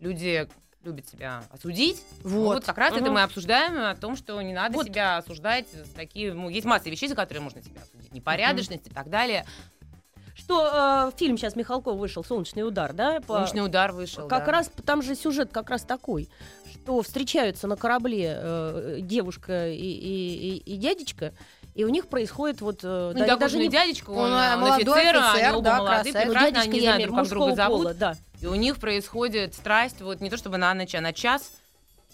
E: Люди любят себя осудить. Ну
C: Вот.
E: Вот как раз это
D: Мгм.
E: мы обсуждаем о том, что не надо
D: Вот.
E: себя осуждать. за Такие, ну, есть масса вещей, за которые можно себя осудить. Непорядочность и так далее.
D: Что э, фильм сейчас Михалков вышел, «Солнечный удар», да? по-
E: Солнечный удар вышел.
D: Как
E: да.
D: раз там же сюжет как раз такой, что встречаются на корабле э, девушка и, и- и- и дядечка, и у них происходит вот э,
E: Ну,
D: да-
E: не такой
D: даже
E: же
D: не-
E: дядечка,
C: Он,
E: он,
C: э,
E: он
C: молодой
E: офицер, а
C: офицер,
E: они оба
C: да,
E: молодые,
C: красавец.
D: ну,
E: прекрасно,
D: дядечка,
E: они
D: я
E: знают
D: имею
E: друг как друга
D: мужского
E: зовут.
D: пола, да.
E: И у них происходит страсть, вот не то чтобы на ночь, а на час.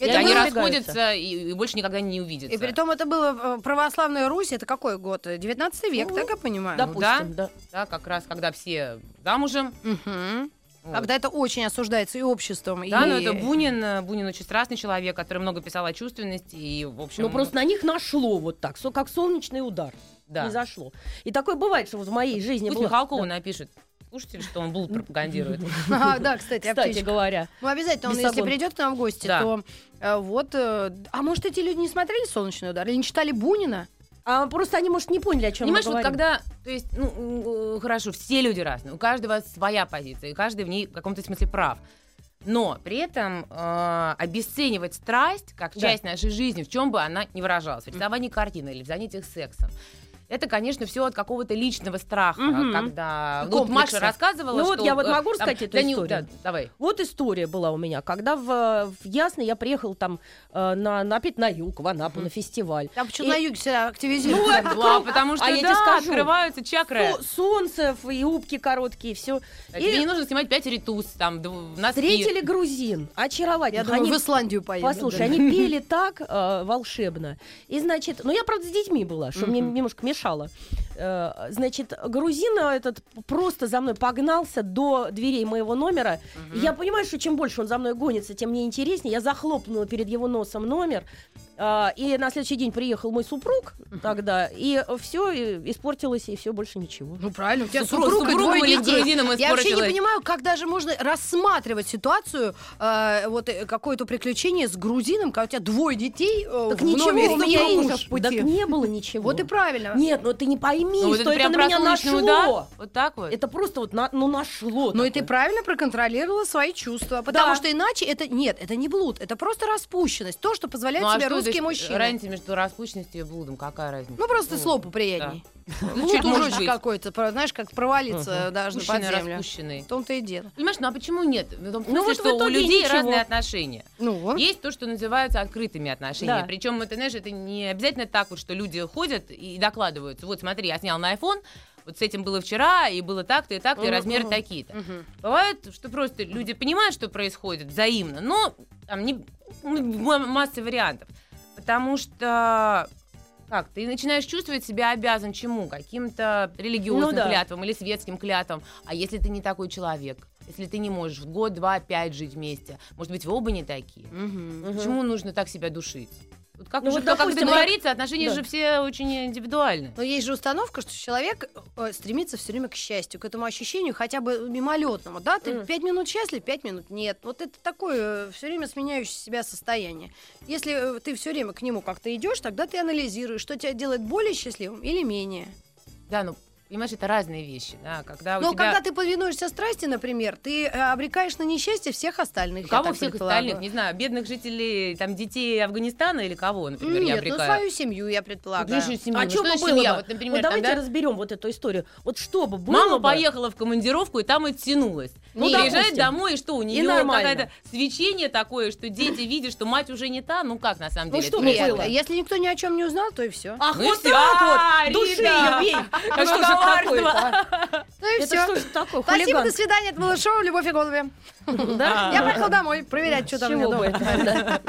D: И
E: И
C: Это
E: они
C: было-
E: расходятся и, и больше никогда не увидятся.
C: И при том это было в православной Руси, это какой год? 19 век,
D: Ну,
C: так я понимаю?
E: А, да.
D: Допустим, да.
E: Да, как раз, когда все замужем.
C: Мгм.
E: Вот.
C: Когда это очень осуждается и обществом, и...
E: Да, но это Бунин. э, Бунин очень страстный человек, который много писал о чувственности. И, в общем,
D: Ну просто на них нашло вот так, со- как солнечный удар.
E: да.
D: Не зашло. И такое бывает, что вот в моей жизни
E: Пусть
D: было.
E: Михалкову
D: Да. Ну,
E: напишет. Слушайте, что он блуд пропагандирует.
C: Ага, А, да, кстати, о
D: Кстати
C: птичках.
D: говоря.
C: Ну, обязательно, он,
D: Без
C: если
D: салона.
C: придет к нам в гости,
E: Да.
C: то э, вот... э, а может, эти люди не смотрели «Солнечный удар» или не читали Бунина?
D: А просто они, может, не поняли, о чем
E: Понимаешь,
D: мы
E: вот
D: говорим.
E: когда, то есть, ну, э, хорошо, все люди разные, у каждого своя позиция, и каждый в ней в каком-то смысле прав. Но при этом э, обесценивать страсть как
D: Да.
E: часть нашей жизни, в чем бы она ни выражалась, в рисовании картины или в занятиях сексом, это, конечно, все от какого-то личного страха,
D: Мгм.
E: когда...
C: И
E: Ну, вот
C: комплекса.
E: Маша рассказывала,
D: Ну вот
E: что,
D: я вот
E: э,
D: могу
E: там-
D: рассказать эту
E: да, не-
D: историю?
E: да, давай.
D: Вот история была у меня, когда в, в Ясно я приехала там э, на, на, опять на юг, в Анапу, на фестиваль. Ну, а
C: Там почему-то
D: И-
C: на юге всегда активизируется.
E: Да, потому что,
D: я тебе
E: да,
D: скажу.
E: открываются чакры.
D: Со- Солнце, ф- юбки короткие, все.
E: А
D: и-
E: Тебе не нужно снимать пять ритус, там, дв- носки.
D: Встретили грузин,
C: Я
D: очаровательно.
C: думаю,
D: Они,
C: в Исландию поеду.
D: послушай,
C: Да.
D: они пели так э, волшебно. И значит, ну я правда с детьми была, что мне
C: Мгм.
D: немножко мешало. Э, значит, грузина этот просто за мной погнался до дверей моего номера. И Я понимаю, что чем больше он за мной гонится, тем мне интереснее. Я захлопнула перед его носом номер. А, И на следующий день приехал мой супруг тогда, и все испортилось, и все больше ничего.
C: Ну, правильно, у тебя
E: Супруг-
C: супруг и
E: супругом
C: двое
E: или с
C: детей.
E: грузином
C: Я вообще не
E: испортилась.
C: понимаю, как даже можно рассматривать ситуацию, э, вот э, какое-то приключение с грузином, когда у тебя двое детей э,
D: Так
C: в
D: ничего,
C: номере,
D: у меня
C: супруг
D: и-
C: уже в
D: Так
C: пути.
D: не было ничего.
C: Вот и правильно.
D: Нет, ну ты не пойми,
E: Ну, вот
D: что
E: это
D: это
E: прям
D: на меня
E: про солнечный
D: нашло.
E: удар. Вот так вот.
D: Это просто вот на- ну нашло.
C: Но и ты
D: такое.
C: правильно проконтролировала свои чувства, потому
D: Да.
C: что иначе это нет, это не блуд, это просто распущенность, то, что позволяет
E: Ну а
C: себя
E: что то есть
C: русские мужчины.
E: Разница между распущенностью и блудом, какая разница?
C: Ну, просто
E: Ну,
C: слово поприятней.
E: Ну,
C: Лучше
E: чуть может
C: кружочек
E: быть.
C: какой-то, про- знаешь, как провалиться даже под
E: Мужчины
C: землю.
E: распущенные.
C: В том-то и дело.
E: Понимаешь, ну а почему нет? В том смысле,
D: Ну, вот в
E: что у
D: итоге
E: людей
D: ничего.
E: разные отношения.
C: Ну,
E: Есть то, что называются открытыми отношениями.
D: Да.
E: Причем это, знаешь, это не обязательно так вот, что люди ходят и докладываются. Вот смотри, я снял на iPhone, вот с этим было вчера, и было так-то, и так-то, и
C: Мгм,
E: размеры
C: мгм.
E: такие-то.
C: мгм.
E: Бывает, что просто люди понимают, что происходит взаимно, но там не, ну, м- масса вариантов. Потому что как, ты начинаешь чувствовать себя обязан чему? Каким-то религиозным
D: Ну да.
E: клятвам или светским клятвам. А если ты не такой человек? Если ты не можешь в год, два, пять жить вместе? Может быть, вы оба не такие?
C: Мгм.
D: Мгм.
E: Почему нужно так себя душить? Вот как
D: Ну
E: уже
D: вот,
E: кто как
D: допустим,
E: договорится, отношения
D: Да.
E: же все очень индивидуальны.
C: Но есть же установка, что человек э, стремится все время к счастью, к этому ощущению хотя бы мимолетному. Да, ты
D: Мгм.
C: пять минут счастлив, пять минут нет. Вот это такое все время сменяющее себя состояние. Если э, ты все время к нему как-то идешь, тогда ты анализируешь, что тебя делает более счастливым или менее.
E: Да, ну, понимаешь, это разные вещи. Да, когда А у
D: Ну,
C: Но
E: тебя...
C: когда ты повинуешься страсти, например, ты э, обрекаешь на несчастье всех остальных. я
E: Кого
C: так
E: всех
C: предполагаю.
E: остальных? Не знаю, бедных жителей, там, детей Афганистана или кого, например, я
C: Нет, ну
E: обрекаю?
C: свою семью я
E: Ну,
C: предполагаю.
E: конечно, семью.
D: А
E: Ну,
D: что бы
E: значит
D: было
E: семья?
D: бы?
E: Вот, например,
D: Вот
E: там,
D: давайте
E: да,
D: разберем вот эту историю. Вот что бы было
E: Мама
D: бы?
E: поехала в командировку, и там оттянулась.
D: Ну,
E: и приезжает
D: допустим.
E: домой, и что, у нее
D: нормально.
E: какое-то свечение такое, что дети видят, что мать уже не та. Ну как, на самом
D: Ну,
E: деле?
D: что
E: это
D: бы
E: происходит?
D: было?
C: Нет, если никто ни о чем не узнал, то и А, все.
D: Ах,
E: Ну
D: А вот
E: всё,
D: так вот! Души ее
E: Рита!
D: бей!
E: Какое
D: Ну что ж это
E: коварство!
D: такое-то, а?
C: Ну и
D: Это что
C: все.
D: же такое?
C: Спасибо, до
D: Хулиган.
C: свидания, это было шоу «Любовь и голуби».
D: Да?
C: Я поехал домой проверять, что там у меня
D: Чего бы
C: дома.
D: это?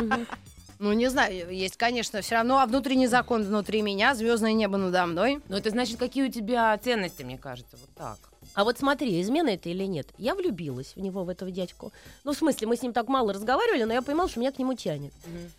C: Ну, не знаю, есть, конечно, все равно, а внутренний закон внутри меня, звездное небо надо мной.
E: Ну это значит, какие у тебя ценности, мне кажется, вот так.
D: А вот смотри, измена это или нет. Я влюбилась в него, в этого дядьку. Ну, в смысле, мы с ним так мало разговаривали, но я понимала, что меня к нему тянет.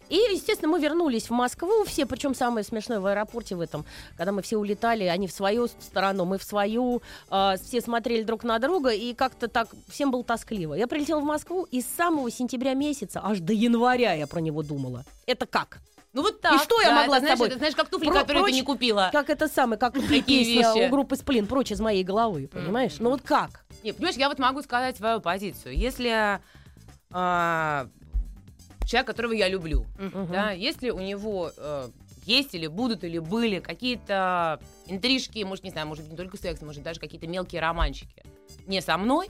D: И, естественно, мы вернулись в Москву все, причем самое смешное в аэропорте в этом, когда мы все улетали, они в свою сторону, мы в свою, а, все смотрели друг на друга, и как-то так всем было тоскливо. Я прилетела в Москву, и с самого сентября месяца аж до января я про него думала. Это как?
E: Ну вот так.
D: что я
E: да,
D: могла
E: это,
D: с
E: знаешь,
D: тобой?
E: это, знаешь, как туфли,
D: Про-
E: которые ты
D: прочь-
E: не купила.
D: Как это самое, как
E: Такие
D: песня
E: вещи.
D: у группы «Сплин» прочь из моей головы, понимаешь? Ну вот как?
E: Не, понимаешь, я вот могу сказать свою позицию. Если а, человек, которого я люблю,
D: Мгм.
E: да, если у него э, есть или будут или были какие-то интрижки, может, не знаю, может быть, не только секс, может, даже какие-то мелкие романчики не со мной,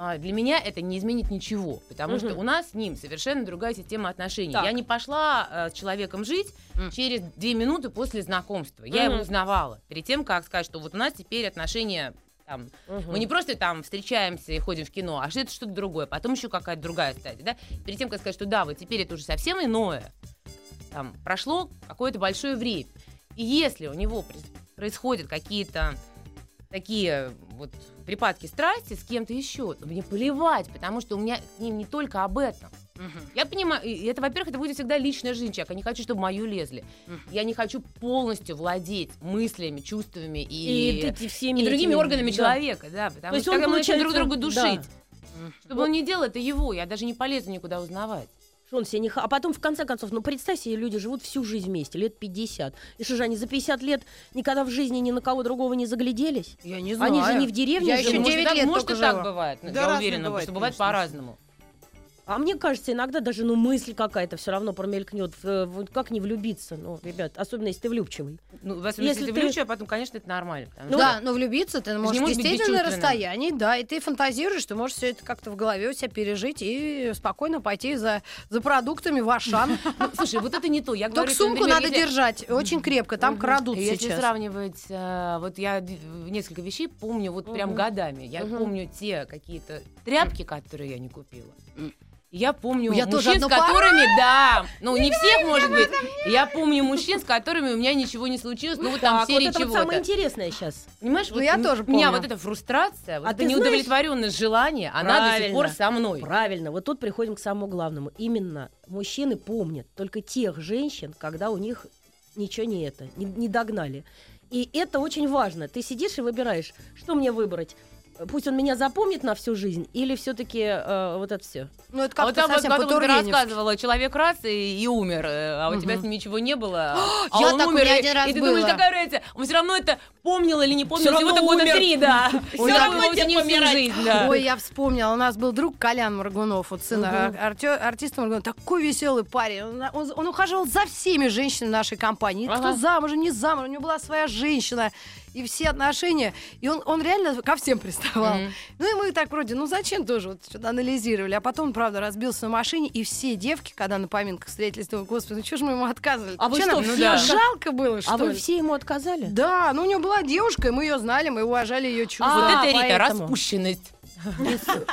E: а, для меня это не изменит ничего, потому
D: Мгм.
E: что у нас с ним совершенно другая система отношений.
D: Так.
E: Я не пошла э, с человеком жить
C: М.
E: через две минуты после знакомства. Я его
D: Мгм.
E: узнавала перед тем, как сказать, что вот у нас теперь отношения там
D: Мгм.
E: мы не просто там встречаемся и ходим в кино, а что это что-то другое. Потом еще какая-то другая стадия, да? Перед тем, как сказать, что да, вот теперь это уже совсем иное, там прошло какое-то большое время. И если у него прис- происходят какие-то такие вот припадки страсти с кем-то еще, то мне плевать, потому что у меня к ним не только об этом. Я понимаю, и это, во-первых, это будет всегда личная жизнь человека. Я не хочу, чтобы в мою лезли.
C: Мгм.
E: Я не хочу полностью владеть мыслями, чувствами
D: И,
E: и,
D: вот эти всеми
E: и другими
D: этими,
E: органами
D: да.
E: человека, да, потому
D: То есть
E: что
D: он,
E: когда мы начнем друг
D: получается,
E: друга
D: да.
E: душить, чтобы он не делал это его, я даже не полезу никуда узнавать.
D: Что он себе не... ха- А потом, в конце концов, ну, представь себе, люди живут всю жизнь вместе, лет 50. И что же, они за 50 лет никогда в жизни ни на кого другого не загляделись?
C: Я не
D: Они же не в деревне
C: Я
D: живут.
C: еще
E: может, и
C: 9
E: так-
C: лет
E: может и
C: только
E: так
C: жила.
E: бывает, но
F: Да,
E: я
F: разное
E: уверена,
F: бывает,
E: что бывает
F: конечно.
E: по-разному.
D: А мне кажется, иногда даже, ну, мысль какая-то все равно промелькнет. Э, Вот как не влюбиться, ну, ребят, особенно если ты влюбчивый.
E: Ну, в особенности,
D: Если
E: если
D: ты-
E: ты влюблен, а потом, конечно, это нормально. потому что-
C: Ну да, но влюбиться ты можешь
E: можешь быть
C: действительно на
E: бесчувственным.
C: расстоянии, да, и ты фантазируешь, ты можешь все это как-то в голове у себя пережить и спокойно пойти за, за продуктами в Ашан.
E: Ну, слушай, вот это не то. Я говорю,
C: Только
E: что,
C: сумку
E: например,
C: надо
E: если-
C: держать очень крепко, там
E: Мгм.
C: крадут
E: Если
C: сейчас.
E: сравнивать, э, вот я д- несколько вещей помню вот прям
D: Мгм.
E: годами. Я
D: Мгм.
E: помню те какие-то тряпки, которые я не купила.
C: М.
E: Я помню
C: Я тоже
E: мужчин, с
C: одну пару.
E: которыми, да, ну не всех, может быть. Я помню мужчин, с которыми у меня ничего не случилось, ну вот там
D: Так, вот
E: серии
D: это вот самое
E: чего-то.
D: интересное сейчас.
E: Понимаешь,
C: Ну,
E: вот
C: я
E: м-
C: тоже
E: меня
C: помню.
E: вот эта фрустрация, вот
D: А
E: это
D: ты знаешь-
E: неудовлетворенность желания, она до сих
D: Правильно.
E: пор со мной.
D: Правильно, вот тут приходим к самому главному. Именно мужчины помнят только тех женщин, когда у них ничего не это, не, не догнали. И это очень важно. Ты сидишь и выбираешь, что мне выбрать. пусть он меня запомнит на всю жизнь, или все-таки вот это все?
C: Ну, это
E: А
C: как-то
E: вот там вот
C: совсем
E: потом ты
C: по-тургеневски.
E: рассказывала, человек раз и, и умер, э, а у тебя с
C: Мгм.
E: ним ничего не было, а
C: Я
E: он
C: так, у
E: умер,
C: меня
E: и-
C: один раз
E: и ты
C: было.
E: думаешь, какая разница, он все равно это помнил или не помнил,
D: равно
E: всего-то года
D: умер.
E: три, да.
C: Ой,
E: Все равно
D: давайте
E: тебе не всю
D: помирать.
E: жизнь, да.
C: Ой, я вспомнила, у нас был друг Колян Моргунов, вот сын ар- артё- артиста Моргунова, такой веселый парень. Он, он- он ухаживал за всеми женщинами нашей компании. И Кто
E: Ага.
C: замужем, не замужем, у него была своя женщина и все отношения. И он, он реально ко всем приставал.
E: Мгм.
C: Ну и мы так вроде, ну зачем тоже вот что-то анализировали. А потом, правда, разбился на машине, и все девки, когда на поминках встретились, думали, господи, ну что же мы ему отказывали?
D: А вы
C: Чё
D: что,
C: нам,
E: все
C: ну,
E: как-
C: жалко было, что
D: А вы
C: ли?
D: все ему отказали?
C: Да, ну у него была девушка, и мы ее знали, мы уважали ее чувства.
E: Вот
D: А,
E: это, Рита,
D: поэтому.
E: распущенность.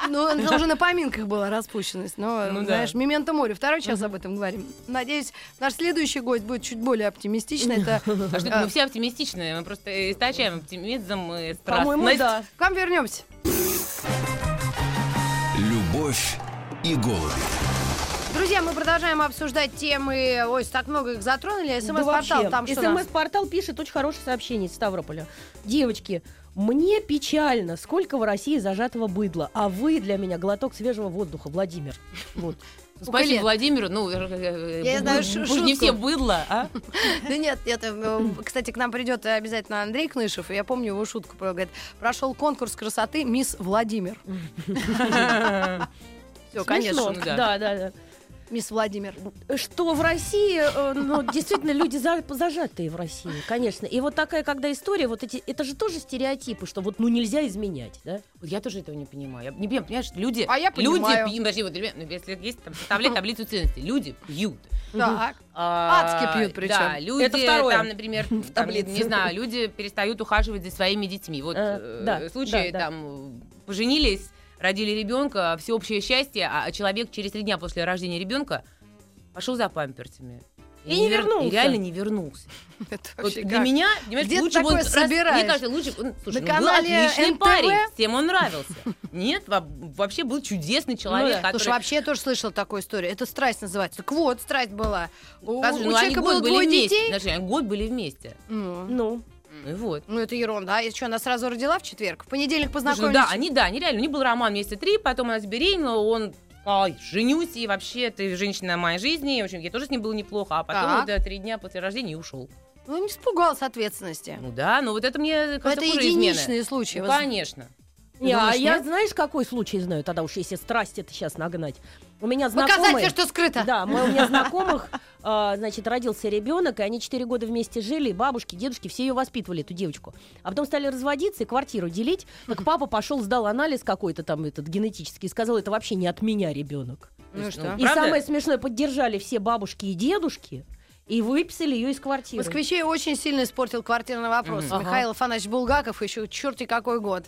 C: Ну, это уже на поминках была распущенность. Но,
E: Ну да.
C: знаешь, «Мементо море». Второй час об этом говорим. Надеюсь, наш следующий гость будет чуть более оптимистичный. Это
E: А что
C: А.
E: ты, мы все оптимистичные, мы просто источаем оптимизм и
D: По-моему,
E: страстность.
D: да.
C: к вам вернемся.
A: Любовь и голуби.
C: Друзья, мы продолжаем обсуждать темы. Ой, так много их затронули.
D: Да
C: СМС-портал,
D: вообще.
C: там что у нас?
D: СМС-портал пишет очень хорошее сообщение из Ставрополя. Девочки, мне печально, сколько в России зажатого быдла, а вы для меня глоток свежего воздуха, Владимир. Вот.
E: Спасибо
C: Сколько лет?
E: Владимиру, ну, э, э,
C: Я
E: э,
C: знаю
E: мы-
C: шу-
E: мы же не
C: шутку.
E: все быдло, а?
C: Да нет, это, э, кстати, к нам придет обязательно Андрей Кнышев. И я помню его шутку. про- Говорит, прошел конкурс красоты «Мисс Владимир». Все,
D: Смешно.
C: конечно.
E: ну да.
D: да, да, да.
C: Мисс Владимир.
D: что в России, э, ну, действительно, люди за- зажатые в России, конечно. И вот такая, когда история, вот эти, это же тоже стереотипы, что вот, ну, нельзя изменять, да?
E: Вот Я тоже этого не понимаю. Я не понимаю, понимаешь, люди...
C: А я понимаю.
E: Люди пьют, подожди, вот, ребят, ну, если есть там составляй таблицу ценностей, люди пьют.
C: Так.
E: А,
C: Адски пьют причем.
E: Да, люди
D: Это второе.
E: там, например, там, не,
D: таблице.
E: не знаю, люди перестают ухаживать за своими детьми. Вот
D: Э,
E: э,
D: да,
E: случаи
D: да, да.
E: там э, поженились, родили ребенка, всеобщее счастье, а человек через три дня после рождения ребенка пошел за памперсами.
D: И не
E: вер-
D: вернулся.
E: И реально не вернулся.
C: Это
E: Вот
C: вообще
E: для
C: как?
E: меня, понимаешь,
C: Где ты
E: лучше бы он
C: такое
E: раз-
C: собираешь?
E: Мне кажется, лучше бы он- слушай,
C: На
E: ну, был
C: канале
E: отличный
C: НТВ?
E: парень, всем он нравился. Нет, во- вообще был чудесный человек,
D: да.
E: который
C: Ну Слушай, вообще я тоже слышала такую историю. Это страсть называется. Так вот, страсть была. У,
E: Скажи,
C: а у
E: ну, они
C: человека
E: год
C: было
E: были
C: двое
E: вместе.
C: детей.
E: Подожди, они год были вместе.
C: Ну,
D: Ну,
E: Ну и вот.
C: ну, это ерунда. А что, она сразу родила в четверг? В понедельник
E: Слушай, ну
C: познакомились?
E: да, они, да, они реально, у них был роман месяца три, потом она забеременела, он сказал, «Ай, женюсь, и вообще ты женщина моей жизни, и, в общем, я тоже с ним было неплохо, а
C: Так.
E: потом вот, э, три дня после рождения и ушел.
C: Ну, не испугался ответственности.
E: Ну да, но вот это мне
C: Но это
E: кажется хуже измены.
C: единичные случаи.
E: Ну,
C: Вот
E: конечно.
D: не, а
C: думаешь,
D: я
C: нет?
D: знаешь, какой случай знаю тогда уж, если страсть это сейчас нагнать? У меня знакомые...
C: Показать все, что скрыто.
D: Да, мы, у меня знакомых, а, значит, родился ребенок, и они 4 года вместе жили, и бабушки, дедушки, все ее воспитывали, эту девочку. А потом стали разводиться и квартиру делить. Так папа пошел, сдал анализ какой-то там этот генетический и сказал, это вообще не от меня ребенок.
C: Ну
E: То
C: и
E: есть,
C: что?
D: И
E: правда?
D: самое смешное, поддержали все бабушки и дедушки и выписали ее из квартиры.
C: Москвичей очень сильно испортил квартирный вопрос.
E: Мгм.
C: Михаил Афанасьевич Булгаков еще черти какой год.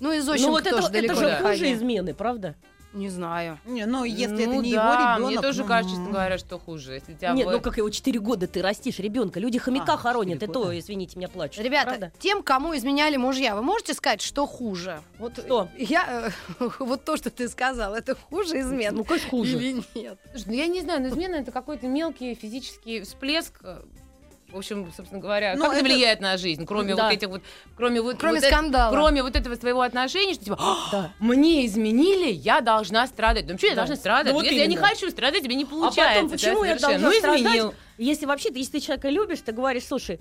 C: Ну, из
D: Ну вот
C: Зощенко
D: это,
C: тоже
D: это
C: далеко
D: же
C: не
D: хуже
C: ходил.
D: измены, правда?
C: Не знаю.
F: Не, ну, если это
E: Ну
F: не
E: да,
F: его ребенок.
E: Мне тоже
F: ну,
E: кажется, честно говоря, что хуже. Если тебя
D: Нет,
E: бы-
D: ну как его 4 года ты растишь ребенка, люди хомяка
F: А,
D: хоронят, и
F: 4
D: то,
F: года.
D: извините меня, плачут.
C: Ребята,
D: правда?
C: тем, кому изменяли мужья, вы можете сказать, что хуже? Вот
D: Что?
C: я э, вот то, что ты сказал, это хуже измен.
D: ну конечно хуже.
C: Или нет?
E: Слушай, ну я не знаю, но измена это какой-то мелкий физический всплеск. э, В общем, собственно говоря,
F: Ну,
E: как это
F: это-
E: влияет на жизнь, кроме
D: Да.
E: вот этих вот, кроме вот,
C: Кроме
E: вот э-
C: скандала.
E: кроме вот этого своего отношения, что типа, «А,
D: Да.
E: мне изменили, я должна страдать. Ну что я
D: Да.
E: должна страдать?
D: Ну, вот
E: Если я не
D: именно.
E: хочу страдать, тебе не
D: А
E: получается.
D: потом,
E: да,
D: почему я
E: совершенно.
D: должна
E: Ну
D: страдать?
E: изменил.
D: Если вообще, ты- если ты человека любишь, ты говоришь, слушай,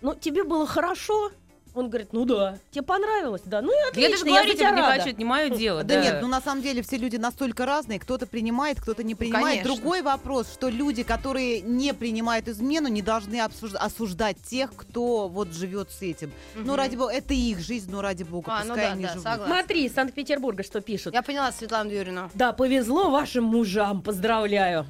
D: ну тебе было хорошо, он говорит, ну да, тебе понравилось, да, ну и
E: Я
D: отлично,
E: даже
D: я
E: говорю
D: за
E: тебе
D: тебя
E: не
D: рада.
E: хочу, это не мое дело.
F: Да, нет, ну на самом деле все люди настолько разные, кто-то принимает, кто-то не принимает.
C: конечно.
F: Другой вопрос, что люди, которые не принимают измену, не должны обсужд- осуждать тех, кто вот живет с этим. Ну ради бога, это их жизнь, ну ради бога,
C: А, ну
F: пускай
C: да,
F: они
C: да,
F: живут.
C: согласна.
D: Смотри, из Санкт-Петербурга что пишут.
C: Я поняла Светлану Юрину.
D: Да, повезло вашим мужам, поздравляю.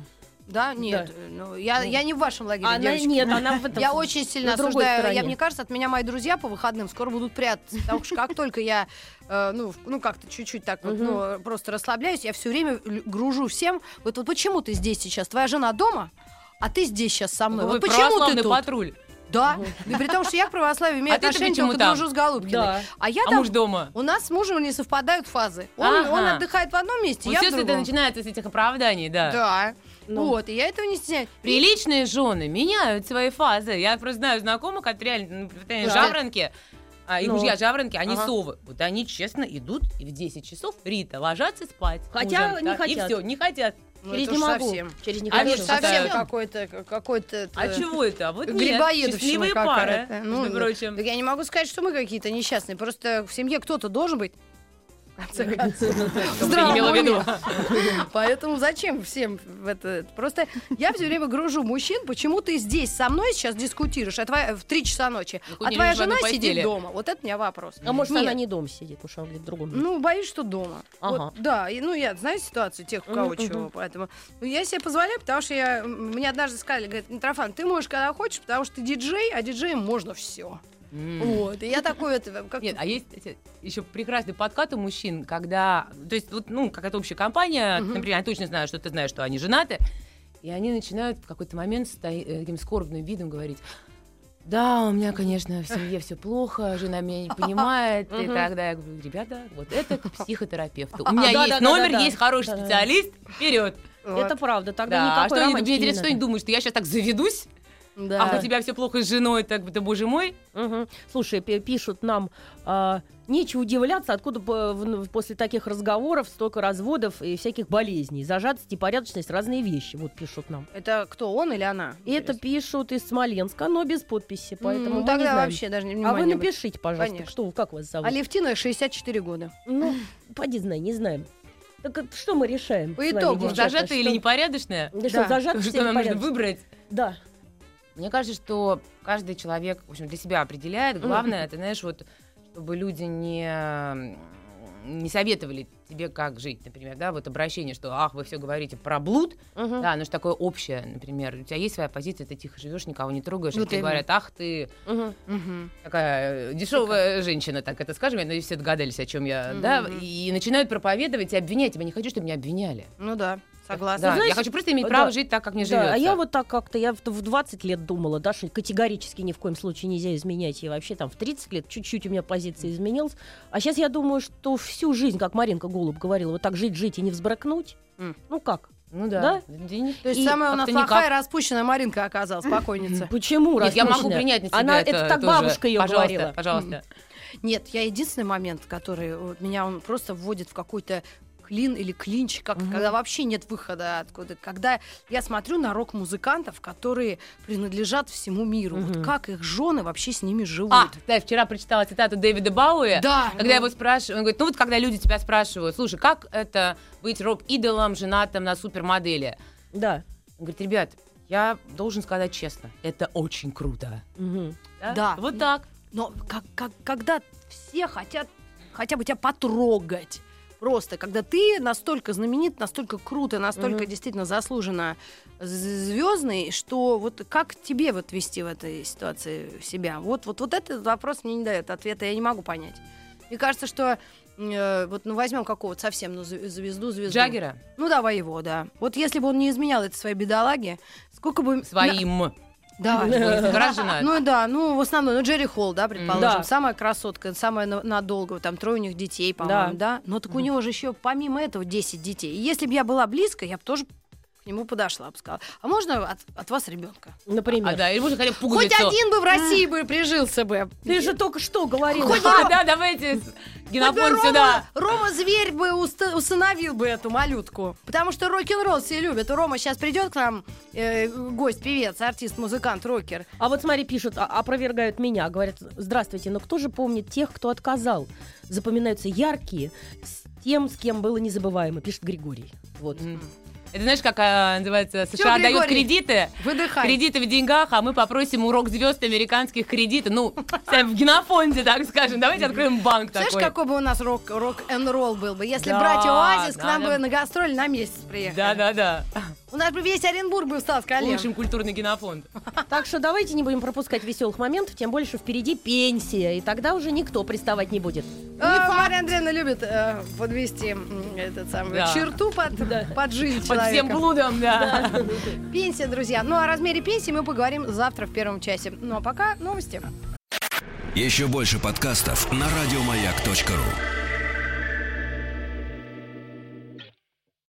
C: Да, нет. э, Ну, я, я не в вашем лагере,
D: Она
C: девочки.
D: нет,
E: ну,
D: она в этом.
C: Я очень сильно
D: на другой
C: осуждаю.
D: стороне.
C: Я, мне кажется, от меня мои друзья по выходным скоро будут прятаться. Потому что как только я, э, ну, в- ну как-то чуть-чуть так вот, ну, просто расслабляюсь, я все время л- гружу всем. Вот, вот почему ты здесь сейчас? Твоя жена дома? А ты здесь сейчас со мной.
E: Вы
C: вот почему ты
E: православный
C: тут?
E: патруль,
C: Да. И при том, что я к православию имею
E: А ты-то
C: отношение,
E: почему
C: только
E: там?
C: дружу с Голубкиной.
D: Да.
C: А я
E: а
C: там...
E: муж дома.
C: У нас с мужем не совпадают фазы. Он,
E: Ага.
C: он отдыхает в одном месте,
E: Вот
C: я
E: все
C: в
E: это
C: другом.
E: начинается с этих оправданий, да.
C: Да.
D: Ну.
C: Вот, и я этого не стесняюсь.
E: Приличные жены меняют свои фазы. Я просто знаю знакомых от реально ну,
C: Да.
E: жаворонки. а, и
D: Ну.
E: мужья жаворонки, они
D: Ага.
E: совы. Вот они честно идут и в 10 часов, Рита, ложатся спать. с
D: Хотя
E: мужем,
D: не
E: да,
D: хотят.
E: И все, не хотят.
C: Ну,
D: Через
C: это
D: не
C: уж
D: могу.
C: совсем.
D: Через не
E: А
C: Они
E: нет,
C: же
D: хочу.
E: что-то-
C: совсем какой-то, какой-то...
E: А
C: э,
E: чего это? Вот нет,
C: Грибоедовщина
E: счастливые пары,
C: какая-то. Ну,
E: между прочим.
C: Так я не могу сказать, что мы какие-то несчастные. Просто в семье кто-то должен быть. В конце концов. В здравом
E: имела в виду.
C: уме. Поэтому зачем всем в это? Просто я все время гружу мужчин, почему ты здесь со мной сейчас дискутируешь а твоя- в 3 часа ночи,
E: Ну, хоть
C: а
E: не
C: твоя
E: лежа на
C: жена
E: постели.
C: сидит дома. Вот это у меня вопрос.
D: А может,
C: Нет.
D: она не дома сидит, потому что она где-то в другом. месте.
C: Ну, боюсь, что дома.
D: Ага.
C: Вот, да, и, ну, я знаю ситуацию тех, у
D: Мгм,
C: кого
D: мгм.
C: чего, поэтому... Ну, я себе позволяю, потому что я... м, Мне однажды сказали, говорят, Митрофан, ты можешь когда хочешь, потому что ты диджей, а диджеем можно все.
E: М.
C: Вот, и я такой, это, как...
E: Нет, а есть эти еще прекрасный подкат у мужчин, когда, то есть, вот, ну, какая-то общая компания,
C: Мгм.
E: например, я точно знаю, что ты знаешь, что они женаты, и они начинают в какой-то момент с таи- э, таким скорбным видом говорить, да, у меня, конечно, в семье все плохо, жена меня не понимает, и
D: Мгм.
E: тогда я говорю, ребята, вот это к психотерапевту. У
D: А, да,
E: меня
D: да,
E: есть
D: да, да,
E: номер,
D: да.
E: есть хороший
D: Да-да-да.
E: специалист, вперед.
C: вот.
D: Это правда, тогда
E: Да, а
D: никакой
E: что они,
D: романтики
E: мне интересно, что
D: не
E: они думают, что я сейчас так заведусь,
D: надо.
E: Ах,
D: Да.
E: у А тебя все плохо с женой, так бы ты, боже мой.
D: Мгм. Слушай, пи- пишут нам, а, нечего удивляться, откуда по- в- в- после таких разговоров столько разводов и всяких болезней. Зажатость и порядочность – разные вещи, вот пишут нам.
C: Это кто, он или она?
D: И это пишут из Смоленска, но без подписи, поэтому
C: Поэтому
D: мы не
C: ну тогда
D: знаем.
C: вообще даже не
D: А
C: внимания.
D: вы
C: быть.
D: напишите, пожалуйста,
C: Конечно.
D: что, как вас зовут?
C: А Левтина 64 года.
D: Ну, поди знай, не знаем. Так это что мы решаем?
C: По
D: с вами,
C: итогу,
D: девчата,
E: Зажатая или
D: что-
E: непорядочная?
D: Да что,
C: Да.
D: зажатость
E: Что
D: или
E: нам нужно
D: порядочность?
E: выбрать?
D: Да.
E: Мне кажется, что каждый человек, в общем, для себя определяет. Главное, ты знаешь, вот, чтобы люди не, м, не советовали тебе, как жить, например, да, вот обращение, что, ах, вы все говорите про блуд,
D: Мгм.
E: да, оно же такое общее, например, у тебя есть своя позиция, ты тихо живешь, никого не трогаешь, и
C: Вот
E: тебе
C: именно.
E: говорят, ах, Ну, ты
D: Мгм.
C: Мгм.
E: такая э, дешевая женщина, так это скажем, я надеюсь, все догадались, о чем я, да,
C: Мгм.
E: и начинают проповедовать и обвинять тебя, не хочу, чтобы меня обвиняли.
C: Ну да,
E: Да,
C: согласна.
E: я
D: знаешь,
E: хочу просто иметь
D: да.
E: право жить так, как мне
D: Да,
E: живется.
D: а я вот так как-то, я в в 20 лет думала, да, что категорически ни в коем случае нельзя изменять, и вообще там в 30 лет чуть-чуть у меня позиция изменилась, а сейчас я думаю, что всю жизнь, как Маринка Голуб говорила, вот так жить-жить и не взбракнуть,
C: М.
D: ну как?
E: Ну да.
D: Да?
E: Да не-
C: То есть
E: и
C: самая у нас
E: как-то
C: плохая
E: никак.
C: распущенная Маринка оказалась, покойница.
D: Почему?
E: Нет, я могу
D: распущенная?
E: принять на себя
D: Она,
E: это,
D: это, так
E: тоже.
D: бабушка ее
E: пожалуйста,
D: говорила.
E: Пожалуйста.
C: Нет, я единственный момент, который вот меня он просто вводит в какой-то клин или клинч, как,
D: Мгм.
C: когда вообще нет выхода откуда. Когда я смотрю на рок-музыкантов, которые принадлежат всему миру,
D: Мгм.
C: вот как их жены вообще с ними живут.
E: А, да, вчера прочитала цитату Дэвида Бауэ.
C: да,
E: Когда я его спрашиваю, он говорит, ну вот когда люди тебя спрашивают, слушай, как это быть рок-идолом, женатым на супермодели?
D: Да.
E: Он говорит, ребят, я должен сказать честно, это очень круто.
D: Мгм.
C: Да.
E: Вот так.
C: Но как, как, когда все хотят хотя бы тебя потрогать. Просто, когда ты настолько знаменит, настолько круто, настолько
D: Мгм.
C: действительно заслуженно звездный, что вот как тебе вот вести в этой ситуации себя? Вот, вот, вот этот вопрос мне не дает ответа, я не могу понять. Мне кажется, что э, вот ну возьмем какого-то совсем ну, зв- звезду, звезду.
E: Джаггера
C: Ну давай его, да. Вот если бы он не изменял это своей бедолаге, сколько бы...
E: своим.
C: Да.
E: Раз жена.
C: Ну да, ну в основном, ну Джерри Холл, да, предположим,
D: Да.
C: самая красотка, самая на- надолго, там трое у них детей, по-моему, да. Но так у него же еще помимо этого 10 детей. И если бы я была близко, я бы тоже к нему подошла, бы сказала. А можно от, от вас ребенка?
D: Например.
E: А, да, или можно хотя бы
C: Хоть
E: пуговицу.
C: один бы в России бы прижился бы.
D: Ты же только что говорила.
E: А, да, давайте
C: Хоть бы
E: генофон
C: Рома,
E: сюда.
C: Рома зверь бы уста- усыновил бы эту малютку. Потому что рок-н-ролл все любят. Рома сейчас придет к нам э, гость, певец, артист, музыкант, рокер.
D: А вот смотри, пишут, а- опровергают меня. Говорят, здравствуйте, но кто же помнит тех, кто отказал? Запоминаются яркие, с тем, с кем было незабываемо, пишет Григорий. Вот.
E: М. Это знаешь, как а, называется,
C: Чё,
E: США дают
C: Григорий?
E: кредиты,
C: Выдыхай.
E: кредиты в деньгах, а мы попросим урок звезд американских кредитов. Ну, сами в генофонде, так скажем. Давайте откроем банк
C: Знаешь,
E: такой.
C: какой бы у нас рок- рок-н-ролл был бы, если
E: Да,
C: братья Оазис к
E: да,
C: нам
E: да.
C: бы на гастроль на месяц приехали?
E: Да-да-да.
C: У нас бы весь Оренбург бы встал с колен.
E: Улучшим культурный генофонд.
D: Так что давайте не будем пропускать веселых моментов, тем больше что впереди пенсия, и тогда уже никто приставать не будет.
C: А, Мария Андреевна любит э, подвести м, этот самый
E: Да.
C: черту под, под жизнь
E: Под всем
C: человека.
E: блудом, да.
C: Пенсия, друзья. Ну, о размере пенсии мы поговорим завтра в первом часе. Ну, а пока новости.
A: Еще больше подкастов на радиомаяк.ру.